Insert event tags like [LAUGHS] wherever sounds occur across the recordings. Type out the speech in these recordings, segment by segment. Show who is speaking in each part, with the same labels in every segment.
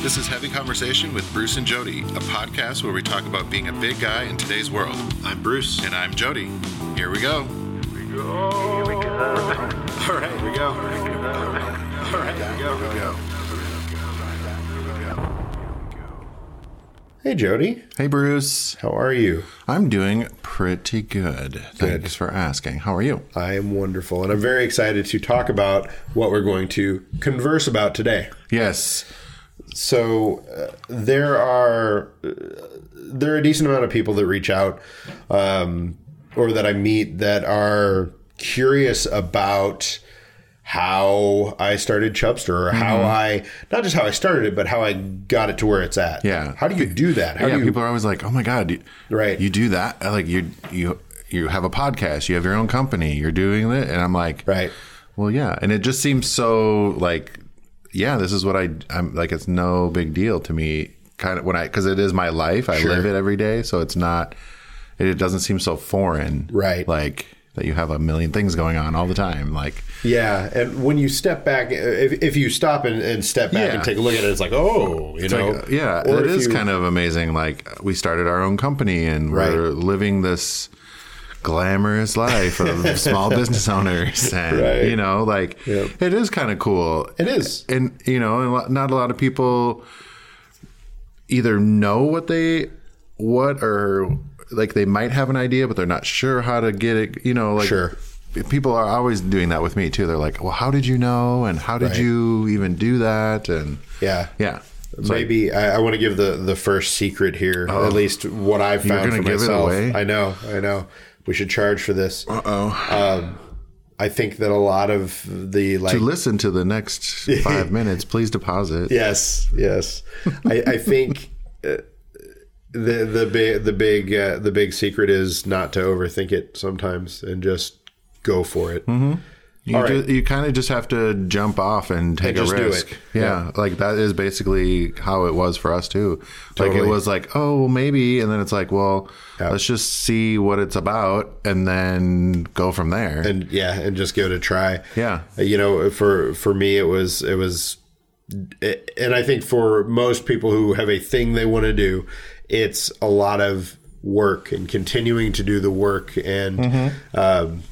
Speaker 1: This is Heavy Conversation with Bruce and Jody, a podcast where we talk about being a big guy in today's world.
Speaker 2: I'm Bruce.
Speaker 1: And I'm Jody. Here we go.
Speaker 2: All right, here we go. All right, here we go.
Speaker 1: Hey, Jody.
Speaker 2: Hey, Bruce.
Speaker 1: How are you?
Speaker 2: I'm doing pretty good. Thanks for asking. How are you?
Speaker 1: I am wonderful, and I'm very excited to talk about what we're going to converse about today.
Speaker 2: Yes.
Speaker 1: so uh, there are uh, there are a decent amount of people that reach out um, or that I meet that are curious about how I started Chubster or how I not just how I started it but how I got it to where it's at.
Speaker 2: Yeah.
Speaker 1: How do you do that? How
Speaker 2: yeah,
Speaker 1: do you
Speaker 2: people are always like, "Oh my god, you,
Speaker 1: Right.
Speaker 2: You do that? Like you you you have a podcast, you have your own company, you're doing it." And I'm like,
Speaker 1: Right.
Speaker 2: Well, yeah, and it just seems so like, yeah, this is what I I'm like. It's no big deal to me, kind of when I because it is my life. I live it every day, so it's not. It, doesn't seem so foreign,
Speaker 1: Right.
Speaker 2: Like that you have a million things going on all the time, like
Speaker 1: Yeah, and when you step back, if, if you stop and, and step back
Speaker 2: Yeah.
Speaker 1: and take a look at it, it's like, oh, you know,
Speaker 2: Like, yeah,
Speaker 1: Or
Speaker 2: it
Speaker 1: if
Speaker 2: is
Speaker 1: you-
Speaker 2: kind of amazing. Like we started our own company and we're
Speaker 1: Right.
Speaker 2: living this glamorous life
Speaker 1: [LAUGHS]
Speaker 2: of small business owners, and
Speaker 1: Right.
Speaker 2: you know, like
Speaker 1: Yep.
Speaker 2: it is kind of cool.
Speaker 1: It is.
Speaker 2: and you know, and lo- not a lot of people either know what they what or like they might have an idea, but they're not sure how to get it. You know, like
Speaker 1: Sure.
Speaker 2: People are always doing that with me too. They're like, "Well, how did you know? And how did
Speaker 1: Right.
Speaker 2: you even do that?" And
Speaker 1: Yeah.
Speaker 2: yeah. So
Speaker 1: Maybe I, I want to give the the first secret here, at least what I've found
Speaker 2: Oh. gonna
Speaker 1: for
Speaker 2: give it
Speaker 1: myself.
Speaker 2: away?
Speaker 1: I know, I know. We should charge for this.
Speaker 2: oh,
Speaker 1: I think that a lot of the like
Speaker 2: to listen to the next
Speaker 1: [LAUGHS]
Speaker 2: five minutes, please deposit.
Speaker 1: Yes,
Speaker 2: [LAUGHS]
Speaker 1: yes. I, I think uh, the the big the big uh, the big secret is not to overthink it sometimes and just go for it.
Speaker 2: Mm-hmm. you
Speaker 1: all
Speaker 2: ju- you kind of just have to jump off and take
Speaker 1: just
Speaker 2: a
Speaker 1: do
Speaker 2: risk.
Speaker 1: it.
Speaker 2: Yeah, like that is basically how it was for us too. Like
Speaker 1: Totally.
Speaker 2: it was like, oh, well, maybe, and then it's like, well, let's just see what it's about, and then go from there.
Speaker 1: and yeah and just give it a try
Speaker 2: Yeah.
Speaker 1: you know for for me it was it was and i think for most people who have a thing they want to do it's a lot of work and continuing to do the work and
Speaker 2: Mm-hmm.
Speaker 1: um,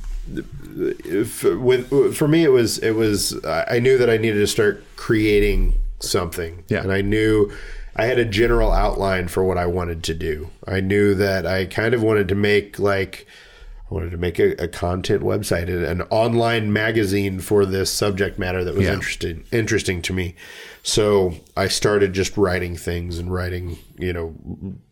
Speaker 1: if, with for me it was it was i I knew that i needed to start creating something
Speaker 2: Yeah.
Speaker 1: and i knew i had a general outline for what i wanted to do i knew that i kind of wanted to make like I wanted to make a, a content website, an- an online magazine for this subject matter that was
Speaker 2: Yeah.
Speaker 1: interesting interesting to me. So I started just writing things and writing, you know,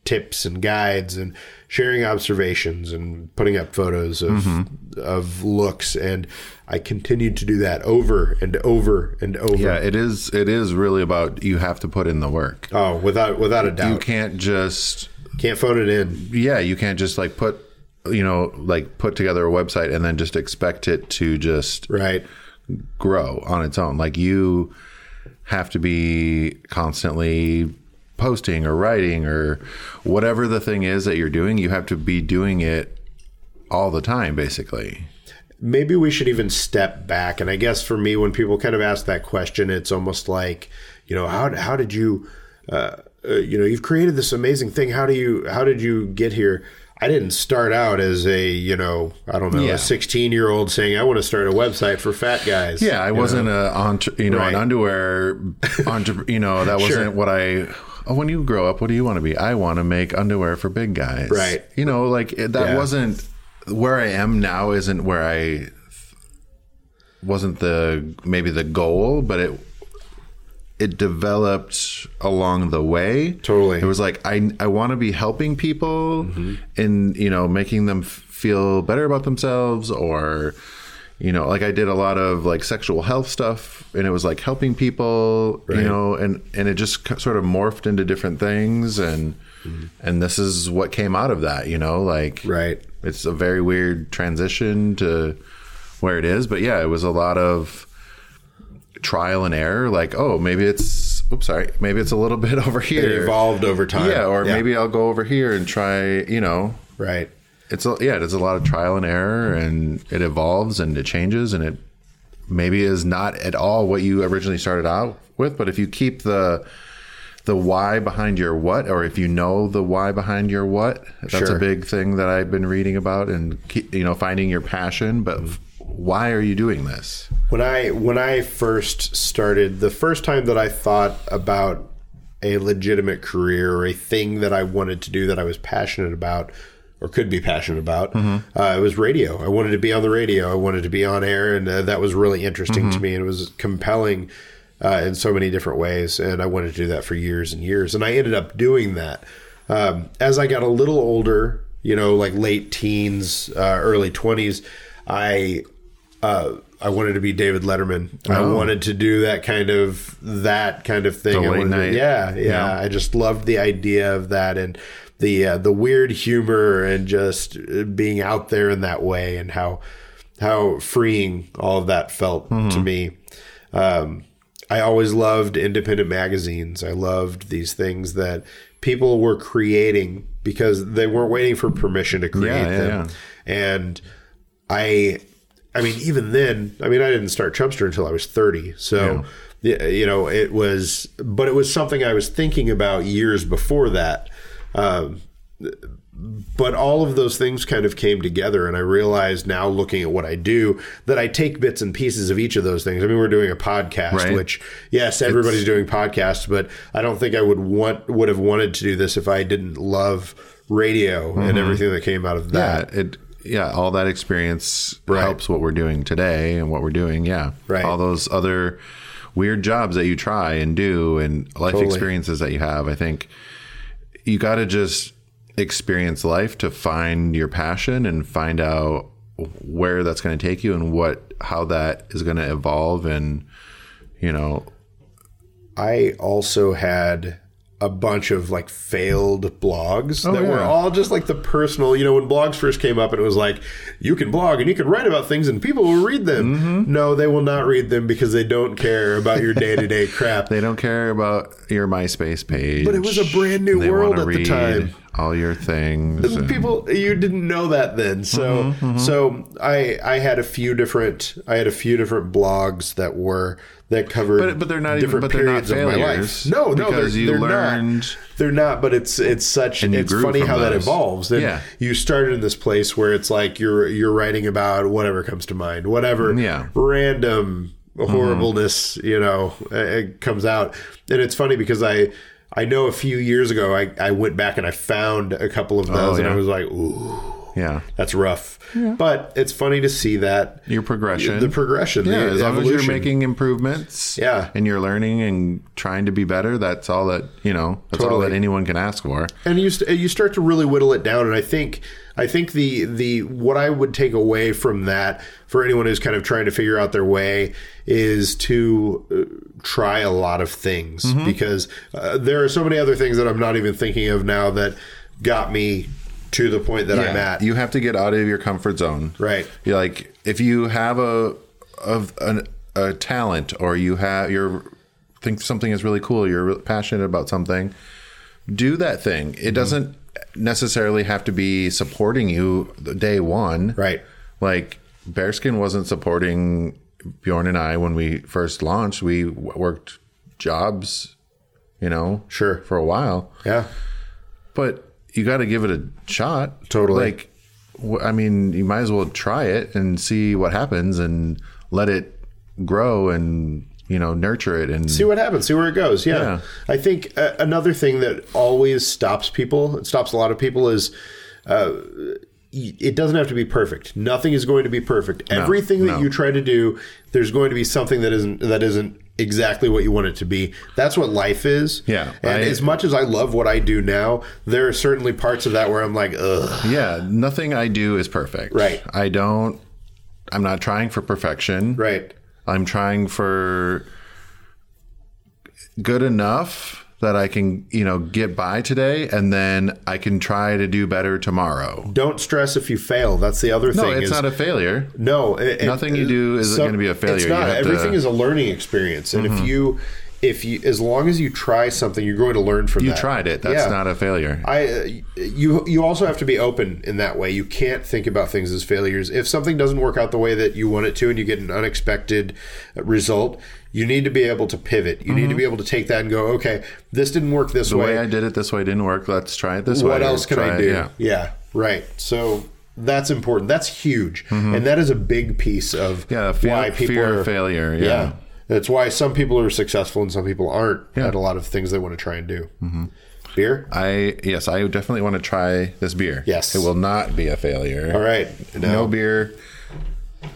Speaker 1: tips and guides and sharing observations and putting up photos of
Speaker 2: Mm-hmm.
Speaker 1: of looks. And I continued to do that over and over and over.
Speaker 2: yeah, it is. It is really about you have to put in the work.
Speaker 1: Oh, without without a
Speaker 2: You
Speaker 1: doubt,
Speaker 2: can't just
Speaker 1: can't phone it in.
Speaker 2: yeah, you can't just like put you know like put together a website and then just expect it to just
Speaker 1: Right.
Speaker 2: grow on its own. Like you have to be constantly posting or writing or whatever the thing is that you're doing, you have to be doing it all the time basically.
Speaker 1: maybe we should even step back. And I guess for me, when people kind of ask that question, it's almost like, you know, how how did you, uh, uh, you know, you've created this amazing thing. How do you how did you get here? I didn't start out as a you know I don't know
Speaker 2: Yeah.
Speaker 1: a sixteen year old saying I want to start a website for fat guys.
Speaker 2: Yeah, I wasn't a entre- you know
Speaker 1: Right.
Speaker 2: an
Speaker 1: [LAUGHS]
Speaker 2: underwear entrepreneur, you know, that wasn't what I oh, when you grow up, what do you want to be? I want to make underwear for big guys.
Speaker 1: Right.
Speaker 2: You know, like it, that
Speaker 1: Yeah.
Speaker 2: wasn't where I am now isn't where I th- wasn't the maybe the goal, but it it developed along the way.
Speaker 1: Totally.
Speaker 2: It was like I I want to be helping people and you know making them f- feel better about themselves or you know like I did a lot of like sexual health stuff and it was like helping people you know and and it just k- sort of morphed into different things and and this is what came out of that you know like
Speaker 1: Right.
Speaker 2: it's a very weird transition to where it is but yeah it was a lot of trial and error like oh maybe it's oops sorry maybe it's a little [LAUGHS] bit over
Speaker 1: It
Speaker 2: here
Speaker 1: evolved over time.
Speaker 2: yeah or maybe i'll go over here and try you know
Speaker 1: right.
Speaker 2: it's a, yeah it's a lot of trial and error and it evolves and it changes and it maybe is not at all what you originally started out with but if you keep the the why behind your what, or if you know the why behind your what. That's
Speaker 1: Sure.
Speaker 2: a big thing that I've been reading about, and ke- you know, finding your passion. But why are you doing this?
Speaker 1: When I when I first started, the first time that I thought about a legitimate career or a thing that I wanted to do that I was passionate about or could be passionate about, uh, it was radio. I wanted to be on the radio. I wanted to be on air, and uh, that was really interesting to me, and it was compelling uh, in so many different ways. And I wanted to do that for years and years, and I ended up doing that. Um, as I got a little older, you know, like late teens, uh, early twenties, I uh, I wanted to be David Letterman. I wanted to do that kind of that kind of thing.
Speaker 2: Oh. The
Speaker 1: I
Speaker 2: late
Speaker 1: wanted to-
Speaker 2: night.
Speaker 1: yeah, yeah,
Speaker 2: Yeah.
Speaker 1: I just loved the idea of that and the uh, the weird humor and just uh, being out there in that way and how how freeing all of that felt
Speaker 2: Mm-hmm.
Speaker 1: to me. Um, I always loved independent magazines. I loved these things that people were creating because they weren't waiting for permission to create
Speaker 2: Yeah, yeah,
Speaker 1: them. And I, I mean, even then, I mean, I didn't start Chumpster until I was thirty. So, y- you know, it was, but it was something I was thinking about years before that. Um, but all of those things kind of came together and i realized now looking at what i do that i take bits and pieces of each of those things i mean we're doing a podcast
Speaker 2: Right.
Speaker 1: which yes everybody's doing podcasts but i don't think i would want would have wanted to do this if i didn't love radio and everything that came out of that
Speaker 2: Yeah, it yeah, all that experience
Speaker 1: Right.
Speaker 2: helps what we're doing today and what we're doing. Yeah,
Speaker 1: Right.
Speaker 2: All those other weird jobs that you try and do and life
Speaker 1: Totally.
Speaker 2: experiences that you have. I think you got to just experience life to find your passion and find out where that's going to take you and what how that is going to evolve and you know
Speaker 1: I also had a bunch of like failed blogs that were
Speaker 2: yeah.
Speaker 1: all just like the personal, you know, when blogs first came up and it was like, you can blog and you can write about things and people will read them. No, they will not read them because they don't care about your day to day crap.
Speaker 2: they don't care about your MySpace page.
Speaker 1: But it was a brand new
Speaker 2: They
Speaker 1: world
Speaker 2: wanna
Speaker 1: at the
Speaker 2: read
Speaker 1: time.
Speaker 2: All your things. and-
Speaker 1: people you didn't know that then so
Speaker 2: Mm-hmm,
Speaker 1: so i i had a few different i had a few different blogs that were that covered
Speaker 2: But- but they're not even-
Speaker 1: different
Speaker 2: but they're not
Speaker 1: periods of my life
Speaker 2: failures,
Speaker 1: no no
Speaker 2: because
Speaker 1: they're,
Speaker 2: you
Speaker 1: they're not
Speaker 2: learned-
Speaker 1: they're not but it's it's such
Speaker 2: you
Speaker 1: it's
Speaker 2: grew
Speaker 1: funny
Speaker 2: from
Speaker 1: how that
Speaker 2: those.
Speaker 1: evolves and
Speaker 2: Yeah.
Speaker 1: you started in this place where it's like you're you're writing about whatever comes to mind whatever
Speaker 2: Yeah. Mm-hmm.
Speaker 1: random horribleness you know uh, it comes out and it's funny because i I know a few years ago I, I went back and I found a couple of those and I
Speaker 2: Oh, yeah.
Speaker 1: was like, ooh,
Speaker 2: yeah.
Speaker 1: that's rough. But it's funny to see that
Speaker 2: Your progression.
Speaker 1: the progression,
Speaker 2: yeah,
Speaker 1: the
Speaker 2: as long as
Speaker 1: evolution.
Speaker 2: you're making improvements,
Speaker 1: Yeah.
Speaker 2: and you're learning and trying to be better, that's all that you know. That's all
Speaker 1: Totally.
Speaker 2: that anyone can ask for.
Speaker 1: and you st- you start to really whittle it down. And I think I think the the what I would take away from that for anyone who's kind of trying to figure out their way is to uh, try a lot of things because uh, there are so many other things that I'm not even thinking of now that got me to the point that I'm at.
Speaker 2: You have to get out of your comfort zone,
Speaker 1: Right.
Speaker 2: You're like if you have a of an, a talent or you have you're think something is really cool, you're re- passionate about something, do that thing. It
Speaker 1: Mm-hmm.
Speaker 2: doesn't necessarily have to be supporting you the day one,
Speaker 1: Right.
Speaker 2: Like Bearskin wasn't supporting Bjorn and I when we first launched. We w- worked jobs, you know,
Speaker 1: Sure.
Speaker 2: for a while
Speaker 1: Yeah.
Speaker 2: but you got to give it a shot.
Speaker 1: Totally.
Speaker 2: Like, wh- I mean, you might as well try it and see what happens and let it grow and you know nurture it and
Speaker 1: see what happens, see where it goes. Yeah,
Speaker 2: Yeah.
Speaker 1: I think uh, another thing that always stops people, it stops a lot of people, is uh, it doesn't have to be perfect. Nothing is going to be perfect. Everything that
Speaker 2: no.
Speaker 1: you try to do, there's going to be something that isn't that isn't exactly what you want it to be. That's what life is.
Speaker 2: Yeah,
Speaker 1: And
Speaker 2: I-
Speaker 1: as much as I love what I do now, there are certainly parts of that where I'm like, ugh.
Speaker 2: yeah, nothing I do is perfect.
Speaker 1: Right.
Speaker 2: I don't. I'm not trying for perfection.
Speaker 1: Right.
Speaker 2: I'm trying for good enough that I can, you know, get by today and then I can try to do better tomorrow.
Speaker 1: Don't stress if you fail. That's the other
Speaker 2: No,
Speaker 1: thing.
Speaker 2: it's
Speaker 1: is-
Speaker 2: not a failure.
Speaker 1: No, it- it-
Speaker 2: Nothing you do is
Speaker 1: some-
Speaker 2: gonna be a failure.
Speaker 1: It's
Speaker 2: You have
Speaker 1: not.
Speaker 2: to- Mm-hmm.
Speaker 1: Everything is a learning experience, and if you if you as long as you try something, you're going to learn from
Speaker 2: You
Speaker 1: that.
Speaker 2: tried it. That's
Speaker 1: Yeah.
Speaker 2: not a failure.
Speaker 1: I uh, you you also have to be open in that way. You can't think about things as failures. If something doesn't work out the way that you want it to, and you get an unexpected result, you need to be able to pivot. You need to be able to take that and go, okay, this didn't work this
Speaker 2: Mm-hmm. the
Speaker 1: way.
Speaker 2: way I did it this way didn't work. Let's try it this way.
Speaker 1: what else can
Speaker 2: Try
Speaker 1: I
Speaker 2: it-
Speaker 1: do?
Speaker 2: Yeah.
Speaker 1: right. So that's important. That's huge, and that is a big piece of
Speaker 2: Mm-hmm. Yeah, fear-
Speaker 1: why people
Speaker 2: fear
Speaker 1: are
Speaker 2: of failure, yeah.
Speaker 1: That's why some people are successful and some people aren't
Speaker 2: Yeah. Mm-hmm.
Speaker 1: at a lot of things they want to try and do. Beer?
Speaker 2: I yes, I definitely want to try this beer.
Speaker 1: Yes.
Speaker 2: It will not be a failure.
Speaker 1: All right. [LAUGHS]
Speaker 2: No beer.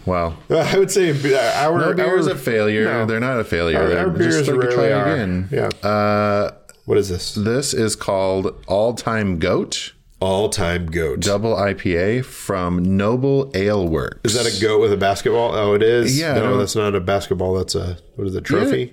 Speaker 2: Well,
Speaker 1: I would say uh, our
Speaker 2: no
Speaker 1: our-
Speaker 2: beer is a failure.
Speaker 1: no.
Speaker 2: They're not a failure.
Speaker 1: Our-
Speaker 2: They're
Speaker 1: our beers
Speaker 2: like,
Speaker 1: rarely
Speaker 2: try it
Speaker 1: are.
Speaker 2: again.
Speaker 1: Yeah.
Speaker 2: Uh,
Speaker 1: What is this?
Speaker 2: this is called All Time Goat
Speaker 1: All time goat.
Speaker 2: Double IPA from Noble Ale Works.
Speaker 1: Is that a goat with a basketball? Oh, it is.
Speaker 2: Yeah, I
Speaker 1: No,
Speaker 2: don't-
Speaker 1: that's not a basketball. That's a what is it? Trophy.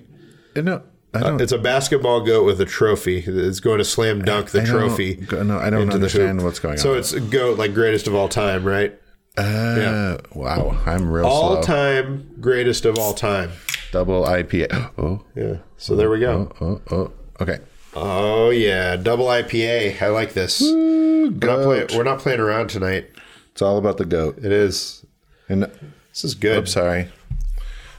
Speaker 2: Uh, No, I don't.
Speaker 1: It's a basketball goat with a trophy. It's going to slam dunk the
Speaker 2: I don't-
Speaker 1: trophy.
Speaker 2: go- no, I don't
Speaker 1: into the
Speaker 2: understand
Speaker 1: hoop.
Speaker 2: what's going
Speaker 1: So
Speaker 2: on.
Speaker 1: it's a goat, like greatest of all time, right?
Speaker 2: Uh, Wow, I'm real slow.
Speaker 1: All time greatest of all time.
Speaker 2: Double IPA. Oh,
Speaker 1: Yeah. So there we go.
Speaker 2: oh, oh. Okay.
Speaker 1: Oh yeah, double IPA. I like this. We're not, playing, we're not playing around tonight.
Speaker 2: It's all about the goat.
Speaker 1: It is.
Speaker 2: And
Speaker 1: This is good.
Speaker 2: I'm sorry.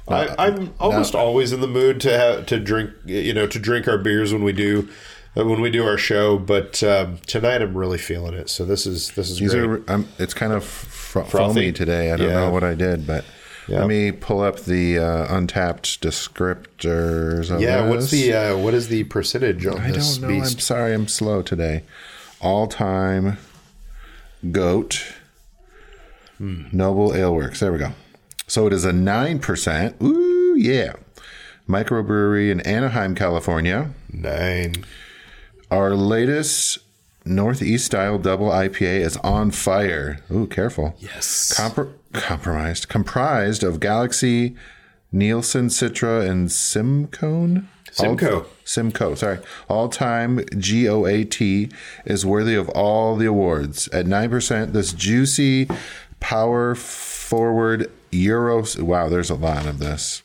Speaker 2: Uh,
Speaker 1: I, I'm almost always in the mood to have, to drink, you know, to drink our beers when we do uh, when we do our show. But um, tonight I'm really feeling it. So this is this is
Speaker 2: These
Speaker 1: great.
Speaker 2: are. I'm, it's kind of fr-
Speaker 1: Frothy?
Speaker 2: foamy today. I don't
Speaker 1: Yeah.
Speaker 2: know what I did, but
Speaker 1: Yeah.
Speaker 2: let me pull up the uh, untapped descriptors. Of
Speaker 1: yeah. What's
Speaker 2: this.
Speaker 1: the uh, what is the percentage on
Speaker 2: I
Speaker 1: this
Speaker 2: don't know.
Speaker 1: beast?
Speaker 2: I'm sorry. I'm slow today. All time goat. Noble Ale Works. There we go. So it is a nine percent. Ooh yeah. Microbrewery in Anaheim, California.
Speaker 1: Nine.
Speaker 2: Our latest Northeast style double IPA is on fire. Ooh, careful.
Speaker 1: Yes.
Speaker 2: Compr- compromised. Comprised of Galaxy, Nielsen, Citra, and Simcone.
Speaker 1: Simcoe.
Speaker 2: All- Simcoe, sorry. All time GOAT is worthy of all the awards. At 9%, this juicy, power forward Euro. Wow, there's a lot of this.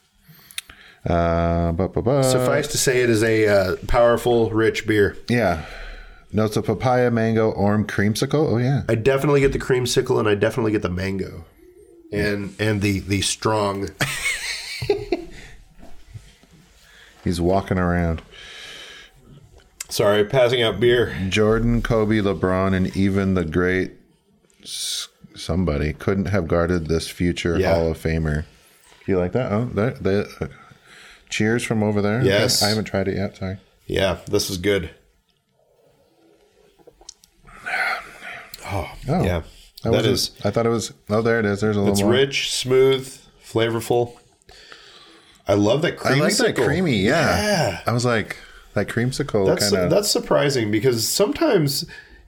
Speaker 2: Uh, ba ba ba.
Speaker 1: Suffice to say, it is a uh, powerful, rich beer.
Speaker 2: Yeah. Notes of papaya, mango, orm, creamsicle. Oh yeah.
Speaker 1: I definitely get the creamsicle, and I definitely get the mango, and and the the strong.
Speaker 2: He's walking around.
Speaker 1: Sorry, passing out beer.
Speaker 2: Jordan, Kobe, LeBron, and even the great s- somebody couldn't have guarded this future
Speaker 1: Yeah.
Speaker 2: Hall of Famer. You like that? Oh, there, there, uh, cheers from over there.
Speaker 1: Yes.
Speaker 2: Okay. I haven't tried it yet. Sorry.
Speaker 1: Yeah, this is good. Oh,
Speaker 2: Oh,
Speaker 1: yeah,
Speaker 2: That,
Speaker 1: that
Speaker 2: was.
Speaker 1: is.
Speaker 2: I thought it was. Oh, there it is. There's a little
Speaker 1: It's
Speaker 2: more.
Speaker 1: rich, smooth, flavorful. I love that
Speaker 2: I
Speaker 1: creamsicle.
Speaker 2: like that creamy. Yeah.
Speaker 1: Yeah.
Speaker 2: I was like that creamsicle
Speaker 1: That's
Speaker 2: kind of.
Speaker 1: that's surprising because sometimes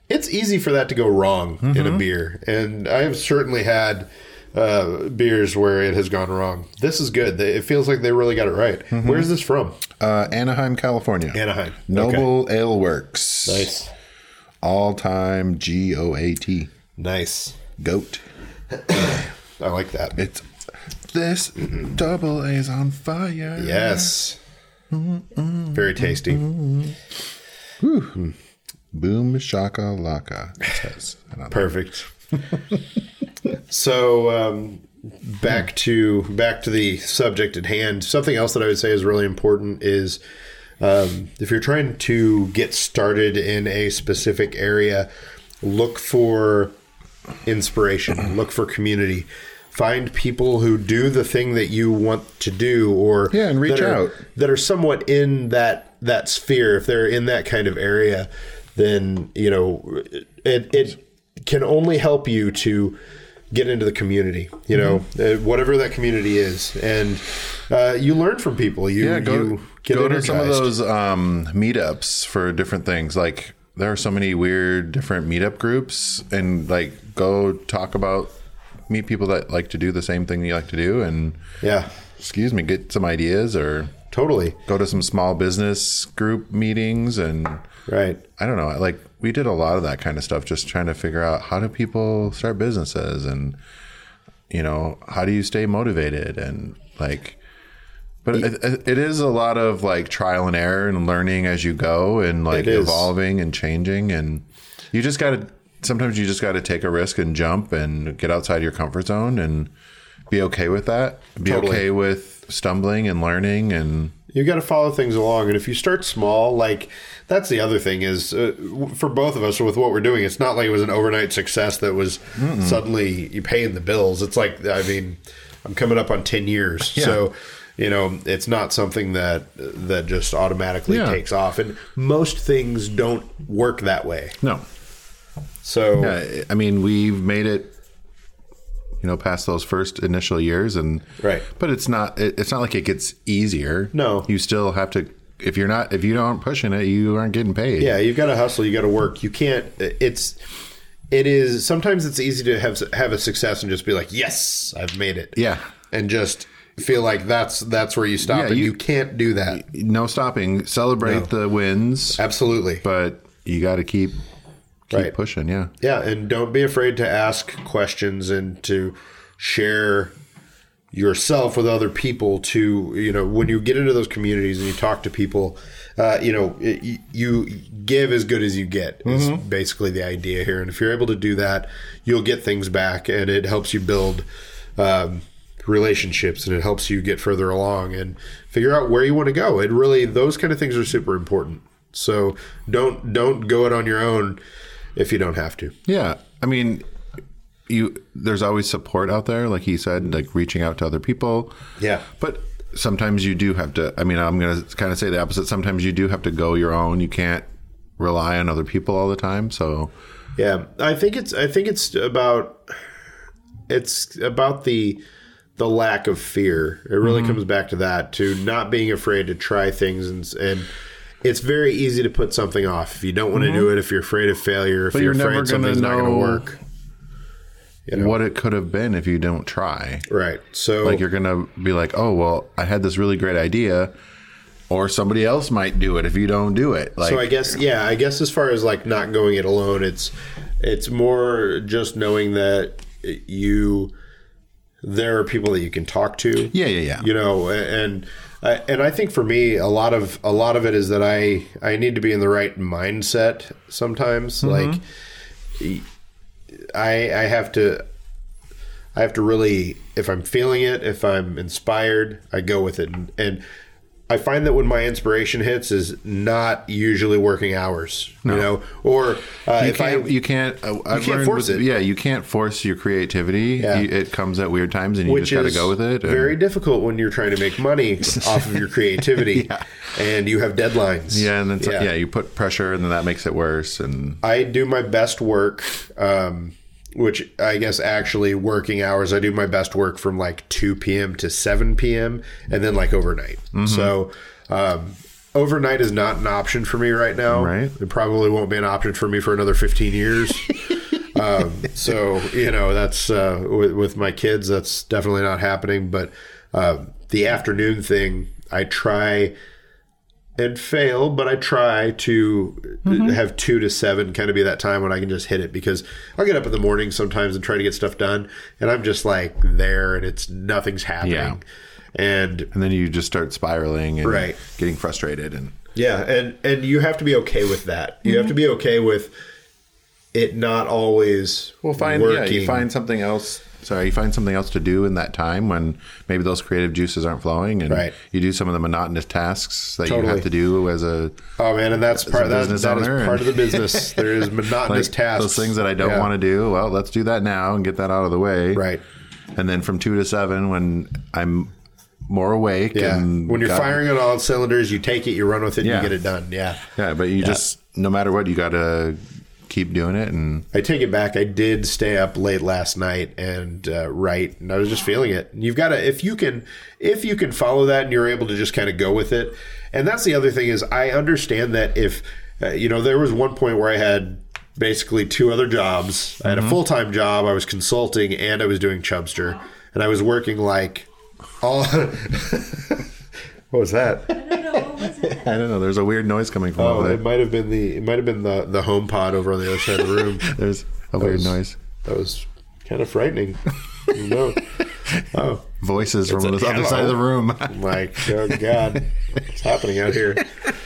Speaker 1: it's easy for that to go wrong in a beer, and I have certainly had uh, beers where it has gone wrong. This is good. They- It feels like they really got it right. Where's this from?
Speaker 2: Uh, Anaheim, California.
Speaker 1: Anaheim.
Speaker 2: Noble Ale Works.
Speaker 1: Okay. Nice.
Speaker 2: All time G O A T.
Speaker 1: Nice.
Speaker 2: Goat.
Speaker 1: I like that.
Speaker 2: It's this double A is on fire.
Speaker 1: Yes. Very tasty.
Speaker 2: Boom shaka laka. It says. I don't know.
Speaker 1: Perfect. [LAUGHS] so um, back to back to the subject at hand. Something else that I would say is really important is um, if you're trying to get started in a specific area, look for inspiration, look for community. Find people who do the thing that you want to do, or
Speaker 2: Yeah, and reach
Speaker 1: that are-
Speaker 2: out.
Speaker 1: that are somewhat in that that sphere. If they're in that kind of area, then you know it it can only help you to get into the community. You know,
Speaker 2: Mm-hmm.
Speaker 1: uh, whatever that community is, and uh, you learn from people. You
Speaker 2: Yeah, go,
Speaker 1: you get
Speaker 2: go to some of
Speaker 1: energized.
Speaker 2: those um, meetups for different things. Like there are so many weird different meetup groups, and like go talk about meet people that like to do the same thing you like to do, and
Speaker 1: Yeah,
Speaker 2: excuse me, get some ideas or
Speaker 1: totally
Speaker 2: go to some small business group meetings and
Speaker 1: right.
Speaker 2: I don't know. Like we did a lot of that kind of stuff, just trying to figure out how do people start businesses and you know how do you stay motivated and like But it, it is a lot of like trial and error and learning as you go and like
Speaker 1: It is.
Speaker 2: evolving and changing. And you just got to, sometimes you just got to take a risk and jump and get outside your comfort zone and be okay with that. Be
Speaker 1: Totally.
Speaker 2: okay with stumbling and learning. And
Speaker 1: you got to follow things along and if you start small like that's the other thing is uh, w- for both of us with what we're doing it's not like it was an overnight success that was suddenly you paying the bills it's like i mean i'm coming up on 10 years so you know it's not something that that just automatically
Speaker 2: Yeah.
Speaker 1: takes off and most things don't work that way
Speaker 2: no,
Speaker 1: so
Speaker 2: I, I mean, we've made it, you know, past those first initial years, and
Speaker 1: Right.
Speaker 2: But it's not. It, it's not like it gets easier.
Speaker 1: No.
Speaker 2: you still have to. If you're not, if you aren't pushing it, you aren't getting paid.
Speaker 1: Yeah, you've got to hustle. You got to work. You can't. It's it is sometimes it's easy to have have a success and just be like, yes, I've made it.
Speaker 2: Yeah.
Speaker 1: and just feel like that's that's where you stop,
Speaker 2: Yeah,
Speaker 1: and
Speaker 2: you-
Speaker 1: you, can't do that.
Speaker 2: no stopping. Celebrate the wins,
Speaker 1: Absolutely.
Speaker 2: but you got to keep keep
Speaker 1: Right.
Speaker 2: pushing. Yeah,
Speaker 1: Yeah, and don't be afraid to ask questions and to share yourself with other people to you know when you get into those communities and you talk to people uh, you know it, you give as good as you get is basically the idea here and if you're able to do that you'll get things back and it helps you build um, relationships and it helps you get further along and figure out where you want to go it really those kind of things are super important so don't don't go it on your own if you don't have to
Speaker 2: yeah. I mean, you there's always support out there, like he said, like reaching out to other people.
Speaker 1: yeah
Speaker 2: But sometimes you do have to. I mean, I'm going to kind of say the opposite. Sometimes you do have to go your own. You can't rely on other people all the time. So
Speaker 1: Yeah, I think it's I think it's about it's about the the lack of fear. It really
Speaker 2: Mm-hmm.
Speaker 1: comes back to that to not being afraid to try things and and it's very easy to put something off if you don't want to do it if you're afraid of failure if
Speaker 2: Mm-hmm. But
Speaker 1: you're,
Speaker 2: you're never
Speaker 1: afraid something's
Speaker 2: gonna
Speaker 1: not going
Speaker 2: know-
Speaker 1: to work. You know,
Speaker 2: what it could have been if you don't try.
Speaker 1: right. So
Speaker 2: Like you're going to be like, oh well, I had this really great idea, or somebody else might do it if you don't do it. Like
Speaker 1: so I guess yeah, I guess as far as like not going it alone, it's it's more just knowing that you there are people that you can talk to.
Speaker 2: yeah, yeah, yeah.
Speaker 1: you know and uh, and i think for me a lot of a lot of it is that i i need to be in the right mindset sometimes
Speaker 2: Mm-hmm.
Speaker 1: like i i have to i have to really if i'm feeling it if i'm inspired i go with it and, and i find that when my inspiration hits is not usually working hours you know or uh,
Speaker 2: You
Speaker 1: if i
Speaker 2: can't, you can't. uh, I've
Speaker 1: can't
Speaker 2: learned
Speaker 1: force
Speaker 2: with-
Speaker 1: it.
Speaker 2: Yeah, you can't force your creativity.
Speaker 1: Yeah.
Speaker 2: You, it comes at weird times, and you just got to go with it. and-
Speaker 1: Very difficult when you're trying to make
Speaker 2: [LAUGHS]
Speaker 1: money off of your creativity and you have deadlines.
Speaker 2: yeah, and then so- yeah, you put pressure, and then that makes it worse. And
Speaker 1: I do my best work, um, which I guess actually working hours, I do my best work from like 2 p.m. to 7 p.m. and then like overnight. So, um, overnight is not an option for me right now.
Speaker 2: Right.
Speaker 1: It probably won't be an option for me for another 15 years. um, so, you know, that's uh, with, with my kids, that's definitely not happening. But uh, the afternoon thing, I try and fail, but I try to have two to seven kind of be that time when I can just hit it because I'll get up in the morning sometimes and try to get stuff done, and I'm just like there, and it's nothing's happening.
Speaker 2: Yeah.
Speaker 1: And
Speaker 2: and then you just start spiraling and
Speaker 1: Right.
Speaker 2: getting frustrated and
Speaker 1: yeah, and and you have to be okay with that. You have to be okay with it not always
Speaker 2: well find yeah you
Speaker 1: working.
Speaker 2: find something else sorry you find something else to do in that time when maybe those creative juices aren't flowing and
Speaker 1: Right.
Speaker 2: you do some of the monotonous tasks that you
Speaker 1: Totally.
Speaker 2: have to do as a
Speaker 1: oh man, and that's part that,
Speaker 2: business
Speaker 1: that is
Speaker 2: owner
Speaker 1: part of
Speaker 2: and- [LAUGHS]
Speaker 1: the business. There is monotonous tasks,
Speaker 2: those things that I don't want to do well let's do that now and get that out of the way
Speaker 1: Right.
Speaker 2: and then from two to seven when I'm more awake
Speaker 1: Yeah,
Speaker 2: and
Speaker 1: when you're
Speaker 2: got-
Speaker 1: firing on all cylinders, you take it, you run with it,
Speaker 2: Yeah.
Speaker 1: and you get it done. Yeah.
Speaker 2: yeah but you just no matter what you gotta keep doing it and
Speaker 1: I take it back. I did stay up late last night and uh, write, and I was just feeling it. And You've got to if you can if you can follow that, and you're able to just kind of go with it. And that's the other thing is I understand that if uh, you know there was one point where I had basically two other jobs. I had a full time job. I was consulting, and I was doing Chubster, and I was working like all. [LAUGHS] what was that?
Speaker 2: I don't know there's a weird noise coming from
Speaker 1: Oh,
Speaker 2: over
Speaker 1: it
Speaker 2: there
Speaker 1: might have been the it might have been the the home pod over on the other side of the [LAUGHS] room.
Speaker 2: [LAUGHS] there's a weird
Speaker 1: was-
Speaker 2: noise [LAUGHS]
Speaker 1: That was kind of frightening. no. Oh.
Speaker 2: voices from
Speaker 3: a
Speaker 2: the other
Speaker 3: hello.
Speaker 2: side of the
Speaker 1: [LAUGHS]
Speaker 2: room.
Speaker 1: Like, oh God, what's happening out here?
Speaker 2: [LAUGHS]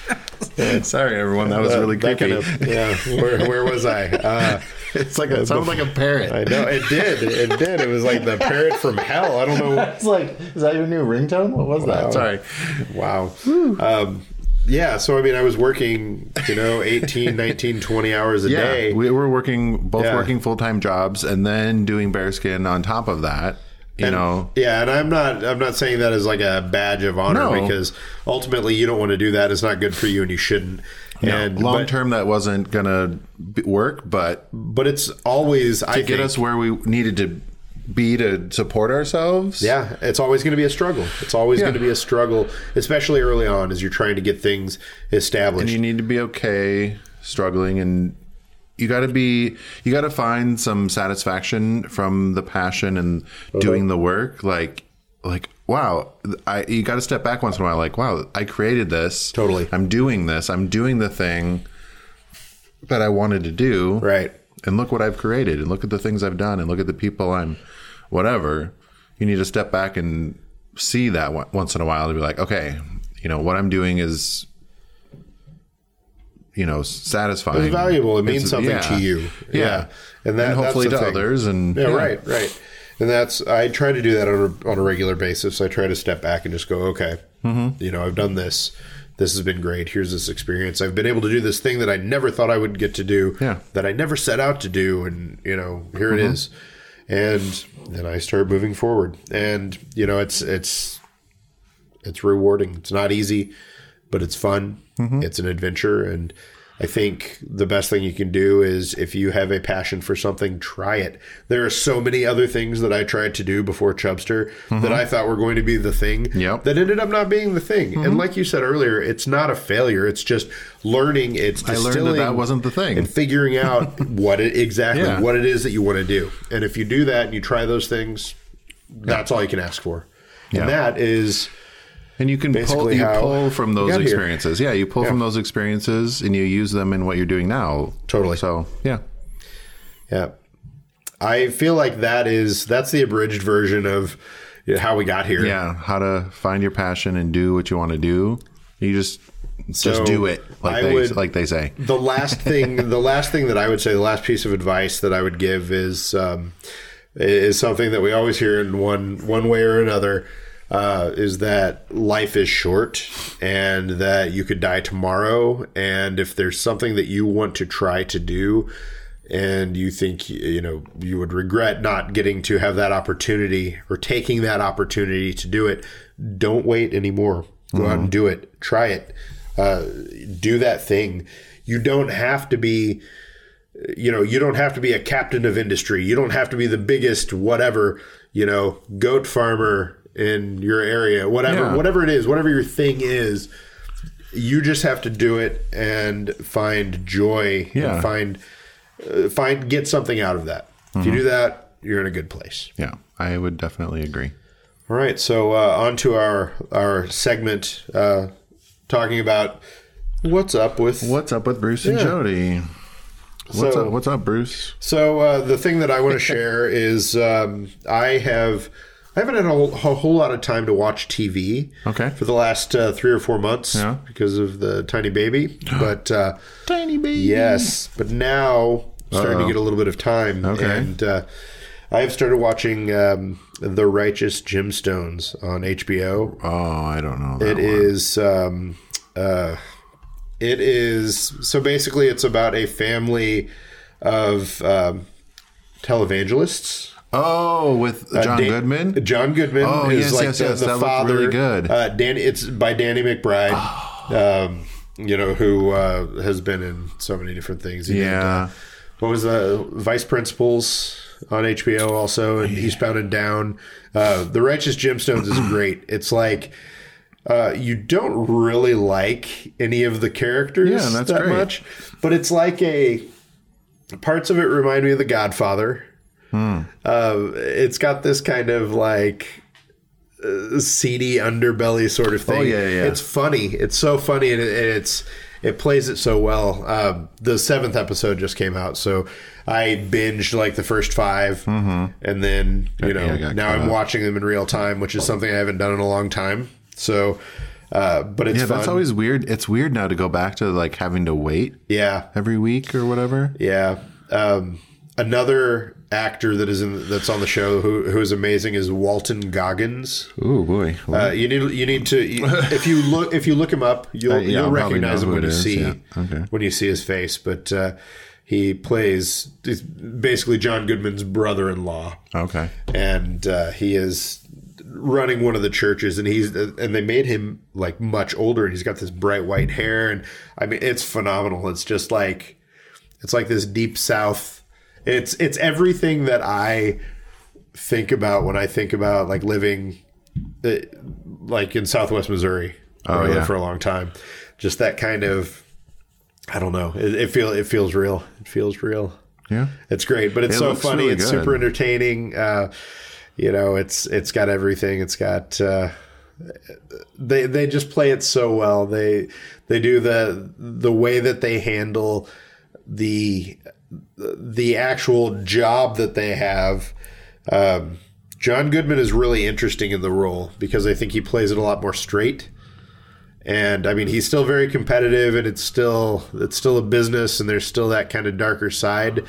Speaker 1: Uh,
Speaker 2: Sorry, everyone. That was really
Speaker 1: That
Speaker 2: creepy.
Speaker 1: kind of- yeah, where, where was I? Uh,
Speaker 2: [LAUGHS] it's like a, it sounded like a parrot.
Speaker 1: I know it did. It did. It was like the parrot from hell. I
Speaker 2: [LAUGHS]
Speaker 1: don't know.
Speaker 2: It's like, is that your new ringtone? What was that? Sorry.
Speaker 1: Wow. Um, yeah. So, I mean, I was working, you know, 18, 19, 20 hours a day.
Speaker 2: Yeah, we were working both
Speaker 1: Yeah.
Speaker 2: working full time jobs and then doing bearskin on top of that. You
Speaker 1: And-
Speaker 2: know,
Speaker 1: yeah and i'm not i'm not saying that as like a badge of honor
Speaker 2: No.
Speaker 1: because ultimately you don't want to do that it's not good for you and you shouldn't and
Speaker 2: long
Speaker 1: but-
Speaker 2: term that wasn't gonna b- work, but
Speaker 1: but, it's always i
Speaker 2: get
Speaker 1: think-
Speaker 2: us where we needed to be to support ourselves.
Speaker 1: yeah it's always going to be a struggle it's always
Speaker 2: Yeah.
Speaker 1: going to be a struggle especially early on as you're trying to get things established
Speaker 2: you need to be okay struggling and you got to be you got to find some satisfaction from the passion and
Speaker 1: Uh-huh.
Speaker 2: doing the work like like wow i you got to step back once in a while like wow i created this
Speaker 1: Totally.
Speaker 2: i'm doing this i'm doing the thing that i wanted to do
Speaker 1: Right.
Speaker 2: and look what i've created and look at the things i've done and look at the people i'm whatever you need to step back and see that on- once in a while to be like okay you know what i'm doing is you know satisfying.
Speaker 1: it's valuable. It means
Speaker 2: It's-
Speaker 1: something
Speaker 2: yeah.
Speaker 1: to you.
Speaker 2: Yeah,
Speaker 1: and that
Speaker 2: and hopefully
Speaker 1: that's
Speaker 2: to
Speaker 1: the thing.
Speaker 2: others. And
Speaker 1: yeah, right, right. And that's I try to do that on a, on a regular basis. I try to step back and just go, okay,
Speaker 2: Mm-hmm.
Speaker 1: you know, I've done this. This has been great. Here's this experience. I've been able to do this thing that I never thought I would get to do.
Speaker 2: Yeah. Mm-hmm.
Speaker 1: That I never set out to do, and you know, here it is. And then I start moving forward, and you know, it's it's it's rewarding. It's not easy, but it's fun.
Speaker 2: Mm-hmm.
Speaker 1: It's an adventure. And I think the best thing you can do is if you have a passion for something, try it. There are so many other things that I tried to do before Chubster that I thought were going to be the thing
Speaker 2: Mm-hmm. Yep. Mm-hmm.
Speaker 1: that ended up not being the thing. And like you said earlier, it's not a failure. It's just learning. It's
Speaker 2: I learned that
Speaker 1: distilling
Speaker 2: that wasn't the thing.
Speaker 1: and
Speaker 2: [LAUGHS]
Speaker 1: figuring out what it exactly
Speaker 2: Yeah.
Speaker 1: what it is that you want to do. And if you do that and you try those things, that's all you can ask for.
Speaker 2: Yeah.
Speaker 1: And that is
Speaker 2: And you can pull
Speaker 1: Basically
Speaker 2: you
Speaker 1: how
Speaker 2: pull from
Speaker 1: you
Speaker 2: those
Speaker 1: got here.
Speaker 2: experiences. Yeah, you pull from those experiences and you use them in what you're doing now.
Speaker 1: Totally.
Speaker 2: So yeah,
Speaker 1: Yeah. I feel like that is that's the abridged version of how we got here.
Speaker 2: yeah. How to find your passion and do what you want to do. You just
Speaker 1: So,
Speaker 2: just do it, like
Speaker 1: I
Speaker 2: they
Speaker 1: would-
Speaker 2: like they say.
Speaker 1: The last thing the last thing that I would say, the last piece of advice that I would give is um, is something that we always hear in one one way or another. Uh, is that life is short and that you could die tomorrow and if there's something that you want to try to do and you think you know you would regret not getting to have that opportunity or taking that opportunity to do it don't wait anymore go out and do it try it uh, do that thing you don't have to be you know you don't have to be a captain of industry you don't have to be the biggest whatever you know goat farmer in your area whatever
Speaker 2: Yeah.
Speaker 1: whatever it is whatever your thing is you just have to do it and find joy
Speaker 2: Yeah.
Speaker 1: and find uh, find get something out of that if
Speaker 2: Mm-hmm.
Speaker 1: you do that you're in a good place
Speaker 2: Yeah, I would definitely agree.
Speaker 1: all right so uh, on to our our segment uh, talking about what's up with
Speaker 2: What's up with Bruce and Jody? What's
Speaker 1: So-
Speaker 2: up? What's up, Bruce?
Speaker 1: So uh, the thing that I want to [LAUGHS] share is um, I have I haven't had a whole, a whole lot of time to watch TV.
Speaker 2: Okay.
Speaker 1: For the last uh, three or four months,
Speaker 2: Yeah.
Speaker 1: because of the tiny baby.
Speaker 2: [GASPS]
Speaker 1: But uh,
Speaker 2: Tiny baby.
Speaker 1: yes, but now I'm starting
Speaker 2: Uh-oh.
Speaker 1: to get a little bit of time.
Speaker 2: Okay.
Speaker 1: And uh, I have started watching um, The Righteous Gemstones on HBO.
Speaker 2: Oh, I don't know.
Speaker 1: It is. Um, uh, it is. So basically, it's about a family of um, televangelists.
Speaker 2: Oh, with John
Speaker 1: Dan-
Speaker 2: Goodman.
Speaker 1: John Goodman
Speaker 2: Oh,
Speaker 1: is
Speaker 2: yes,
Speaker 1: like
Speaker 2: yes,
Speaker 1: the,
Speaker 2: yes.
Speaker 1: the
Speaker 2: That looked
Speaker 1: father.
Speaker 2: really good.
Speaker 1: Uh, Danny, it's by Danny McBride.
Speaker 2: [SIGHS]
Speaker 1: Um, you know who uh, has been in so many different things. He did,
Speaker 2: Yeah.
Speaker 1: uh, what was the Vice Principals on HBO also, and Eastbound and Down. Uh, the Righteous
Speaker 2: [CLEARS THROAT]
Speaker 1: Gemstones is great. It's like. Uh, you don't really like any of the characters
Speaker 2: Yeah, that's
Speaker 1: that
Speaker 2: great.
Speaker 1: much, but it's like a parts of it remind me of The Godfather. Uh, it's got this kind of like uh, seedy underbelly sort of thing.
Speaker 2: Oh, yeah, yeah.
Speaker 1: It's funny. It's so funny, and, it, and it's it plays it so well. Um, the seventh episode just came out, so I binged like the first 5 and then you know
Speaker 2: Mm-hmm. I got
Speaker 1: now
Speaker 2: caught
Speaker 1: I'm
Speaker 2: up.
Speaker 1: watching them in real time, which is something I haven't done in a long time. So, uh, but it's
Speaker 2: Yeah,
Speaker 1: fun.
Speaker 2: that's always weird. It's weird now to go back to like having to wait
Speaker 1: yeah,
Speaker 2: every week or whatever.
Speaker 1: Yeah. Um, another actor that is in that's on the show who who is amazing is Walton Goggins.
Speaker 2: Oh boy.
Speaker 1: Uh, you need you need
Speaker 2: [LAUGHS]
Speaker 1: to you- if you look if you look him up you'll
Speaker 2: Uh, yeah,
Speaker 1: you'll
Speaker 2: I'll probably
Speaker 1: recognize
Speaker 2: know
Speaker 1: him
Speaker 2: who
Speaker 1: when
Speaker 2: it
Speaker 1: you
Speaker 2: is,
Speaker 1: see
Speaker 2: yeah. Okay.
Speaker 1: when you see his face. But uh, he plays he's basically John Goodman's brother-in-law,
Speaker 2: okay.
Speaker 1: and uh, he is running one of the churches and he's and they made him like much older and he's got this bright white hair and i mean it's phenomenal it's just like it's like this deep south. It's it's everything that I think about when I think about like living, uh, like in Southwest Missouri. where I lived
Speaker 2: yeah.
Speaker 1: for a long time. Just that kind of, I don't know. It, it feel it feels real. It feels real.
Speaker 2: Yeah.
Speaker 1: It's great, but it's so
Speaker 2: looks
Speaker 1: funny.
Speaker 2: really
Speaker 1: it's
Speaker 2: good.
Speaker 1: super entertaining. Uh, you know, it's it's got everything. It's got uh, they they just play it so well. They they do the the way that they handle the the actual job that they have. Um, John Goodman is really interesting in the role because I think he plays it a lot more straight. And I mean, he's still very competitive, and it's still it's still a business, and there's still that kind of darker side.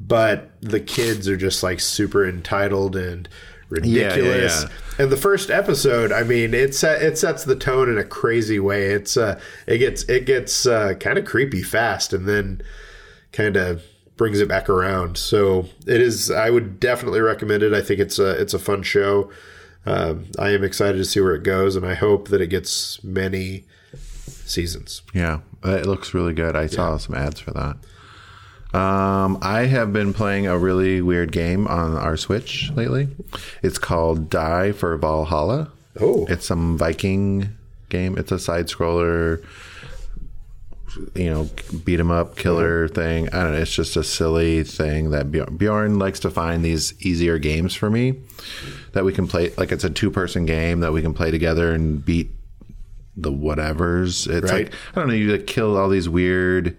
Speaker 1: But the kids are just like super entitled and ridiculous.
Speaker 2: yeah.
Speaker 1: And the first episode, I mean, it set, it sets the tone in a crazy way. It's uh, it gets it gets uh, kind of creepy fast, and then kind of brings it back around. So it is. I would definitely recommend it. I think it's a it's a fun show. Um, I am excited to see where it goes, and I hope that it gets many seasons.
Speaker 2: Yeah. uh, It looks really good. I saw some ads for that. Um, I have been playing a really weird game on our Switch lately. It's called Die for Valhalla.
Speaker 1: Oh,
Speaker 2: It's some Viking game. It's a side scroller, you know, beat 'em up killer thing. I don't know. It's just a silly thing that Bjorn, Bjorn likes to find these easier games for me that we can play. Like it's a two person game that we can play together and beat the whatevers. It's
Speaker 1: Right.
Speaker 2: like I don't know. You like kill all these weird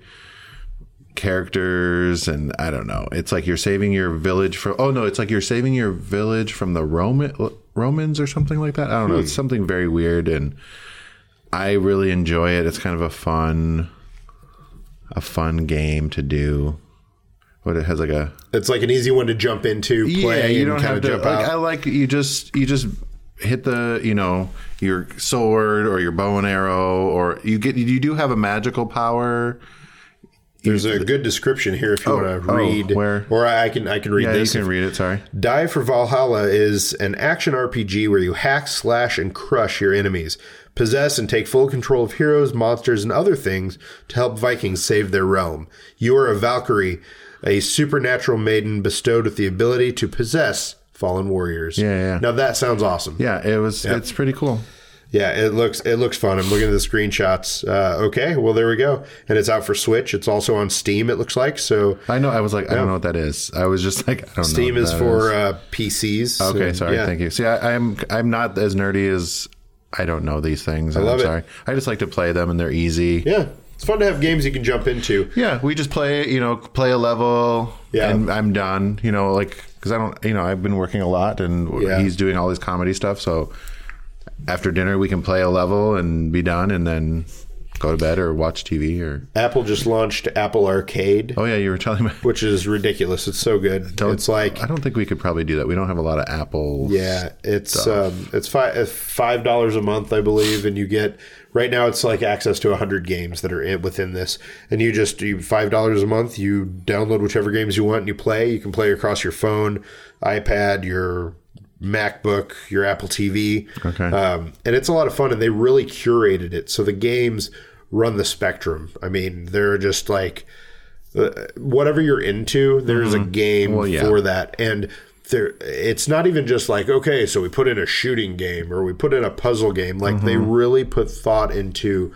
Speaker 2: characters and I don't know. It's like you're saving your village from oh no, it's like you're saving your village from the Roman Romans or something like that. I don't know. It's something very weird and I really enjoy it. It's kind of a fun a fun game to do. What it has like a
Speaker 1: it's like an easy one to jump into, play,
Speaker 2: yeah, you
Speaker 1: and
Speaker 2: don't
Speaker 1: kind
Speaker 2: have
Speaker 1: of
Speaker 2: to.
Speaker 1: jump
Speaker 2: Like,
Speaker 1: out.
Speaker 2: I like you just you just hit the you know your sword or your bow and arrow or you get you do have a magical power.
Speaker 1: There's a good description here if you want to
Speaker 2: oh,
Speaker 1: read,
Speaker 2: where-
Speaker 1: or I can I can read
Speaker 2: Yeah, you
Speaker 1: this.
Speaker 2: can read it. Sorry.
Speaker 1: Die for Valhalla is an action RPG where you hack, slash, and crush your enemies, possess and take full control of heroes, monsters, and other things to help Vikings save their realm. You are a Valkyrie, a supernatural maiden bestowed with the ability to possess fallen warriors.
Speaker 2: Yeah, yeah.
Speaker 1: Now that sounds awesome.
Speaker 2: Yeah, it was. It's pretty cool.
Speaker 1: Yeah, it looks it looks fun. I'm looking at the screenshots. Uh, okay, well there we go. And it's out for Switch. It's also on Steam. It looks like so.
Speaker 2: I know. I was like, I don't know what that is. I was just like, I don't know.
Speaker 1: Steam
Speaker 2: what
Speaker 1: is
Speaker 2: Oh, that
Speaker 1: for uh, PCs.
Speaker 2: Okay,
Speaker 1: so,
Speaker 2: sorry.
Speaker 1: yeah.
Speaker 2: Thank you. See, I, I'm I'm not as nerdy as I don't know these things. I
Speaker 1: love
Speaker 2: am
Speaker 1: it.
Speaker 2: sorry. I just like to play them and they're easy.
Speaker 1: Yeah, it's fun to have games you can jump into.
Speaker 2: Yeah, we just play, you know, play a level.
Speaker 1: Yeah.
Speaker 2: And I'm done, you know, like, because I don't, you know, I've been working a lot and
Speaker 1: Yeah.
Speaker 2: he's doing all his comedy stuff. So after dinner, we can play a level and be done and then go to bed or watch TV or.
Speaker 1: Apple just launched Apple Arcade,
Speaker 2: Oh, yeah, you were [LAUGHS] telling me.
Speaker 1: which is ridiculous. It's so good. it's like
Speaker 2: I don't think we could probably do that. We don't have a lot of Apple.
Speaker 1: yeah, it's um, it's five five dollars a month, I believe, and you get right now it's like access to hundred games that are in, within this, and you just you five dollars a month. You download whichever games you want and you play. You can play across your phone, iPad, your MacBook, your Apple TV.
Speaker 2: Okay.
Speaker 1: Um, and it's a lot of fun, and they really curated it. So the games run the spectrum. I mean, they're just like uh, whatever you're into, there's a game
Speaker 2: Mm-hmm. yeah.
Speaker 1: for that. And there, it's not even just like, okay, so we put in a shooting game or we put in a puzzle game. Like, they
Speaker 2: Mm-hmm.
Speaker 1: really put thought into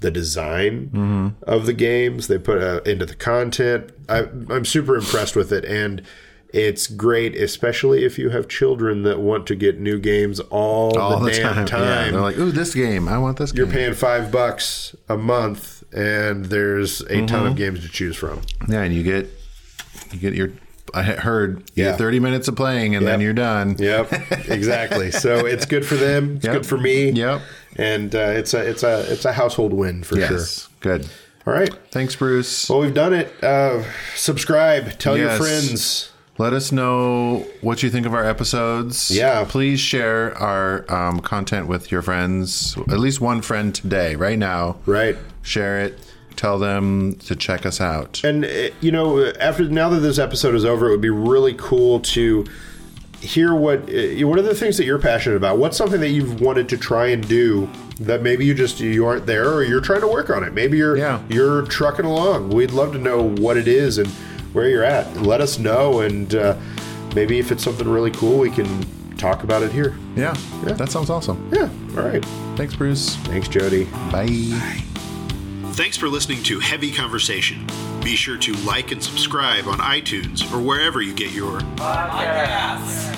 Speaker 1: the design
Speaker 2: Mm-hmm.
Speaker 1: of the games, they put uh, into the content. I, I'm super impressed with it. And it's great, especially if you have children that want to get new games all,
Speaker 2: All
Speaker 1: the,
Speaker 2: the
Speaker 1: damn
Speaker 2: time.
Speaker 1: time.
Speaker 2: Yeah, they're like, ooh, this game. I want this
Speaker 1: You're
Speaker 2: game.
Speaker 1: paying five bucks a month and there's a ton
Speaker 2: Mm-hmm.
Speaker 1: of games to choose from.
Speaker 2: Yeah, and you get you get your I heard you
Speaker 1: Yeah.
Speaker 2: get 30 minutes of playing and then
Speaker 1: Yep.
Speaker 2: you're done.
Speaker 1: Yep, exactly. so it's good for them. It's
Speaker 2: Yep.
Speaker 1: good for me.
Speaker 2: Yep.
Speaker 1: and uh, it's a it's a it's a household win for
Speaker 2: Yes. Good.
Speaker 1: sure. All right.
Speaker 2: Thanks, Bruce.
Speaker 1: Well, we've done it. Uh, subscribe. Tell your
Speaker 2: Yes.
Speaker 1: friends.
Speaker 2: Let us know what you think of our episodes.
Speaker 1: Yeah.
Speaker 2: Please share our um, content with your friends. At least one friend today, right now.
Speaker 1: Right.
Speaker 2: Share it. Tell them to check us out.
Speaker 1: And uh, you know, after now that this episode is over, it would be really cool to hear what uh, what are the things that you're passionate about. What's something that you've wanted to try and do that maybe you just you aren't there, or you're trying to work on it. Maybe you're
Speaker 2: Yeah.
Speaker 1: you're trucking along. We'd love to know what it is and where you're at. Let us know, and uh, maybe if it's something really cool, we can talk about it here.
Speaker 2: Yeah. That sounds awesome.
Speaker 1: Yeah. All right.
Speaker 2: Thanks, Bruce.
Speaker 1: Thanks, Jody.
Speaker 2: Bye.
Speaker 3: Thanks for listening to Heavy Conversation. Be sure to like and subscribe on iTunes or wherever you get your
Speaker 4: Podcast.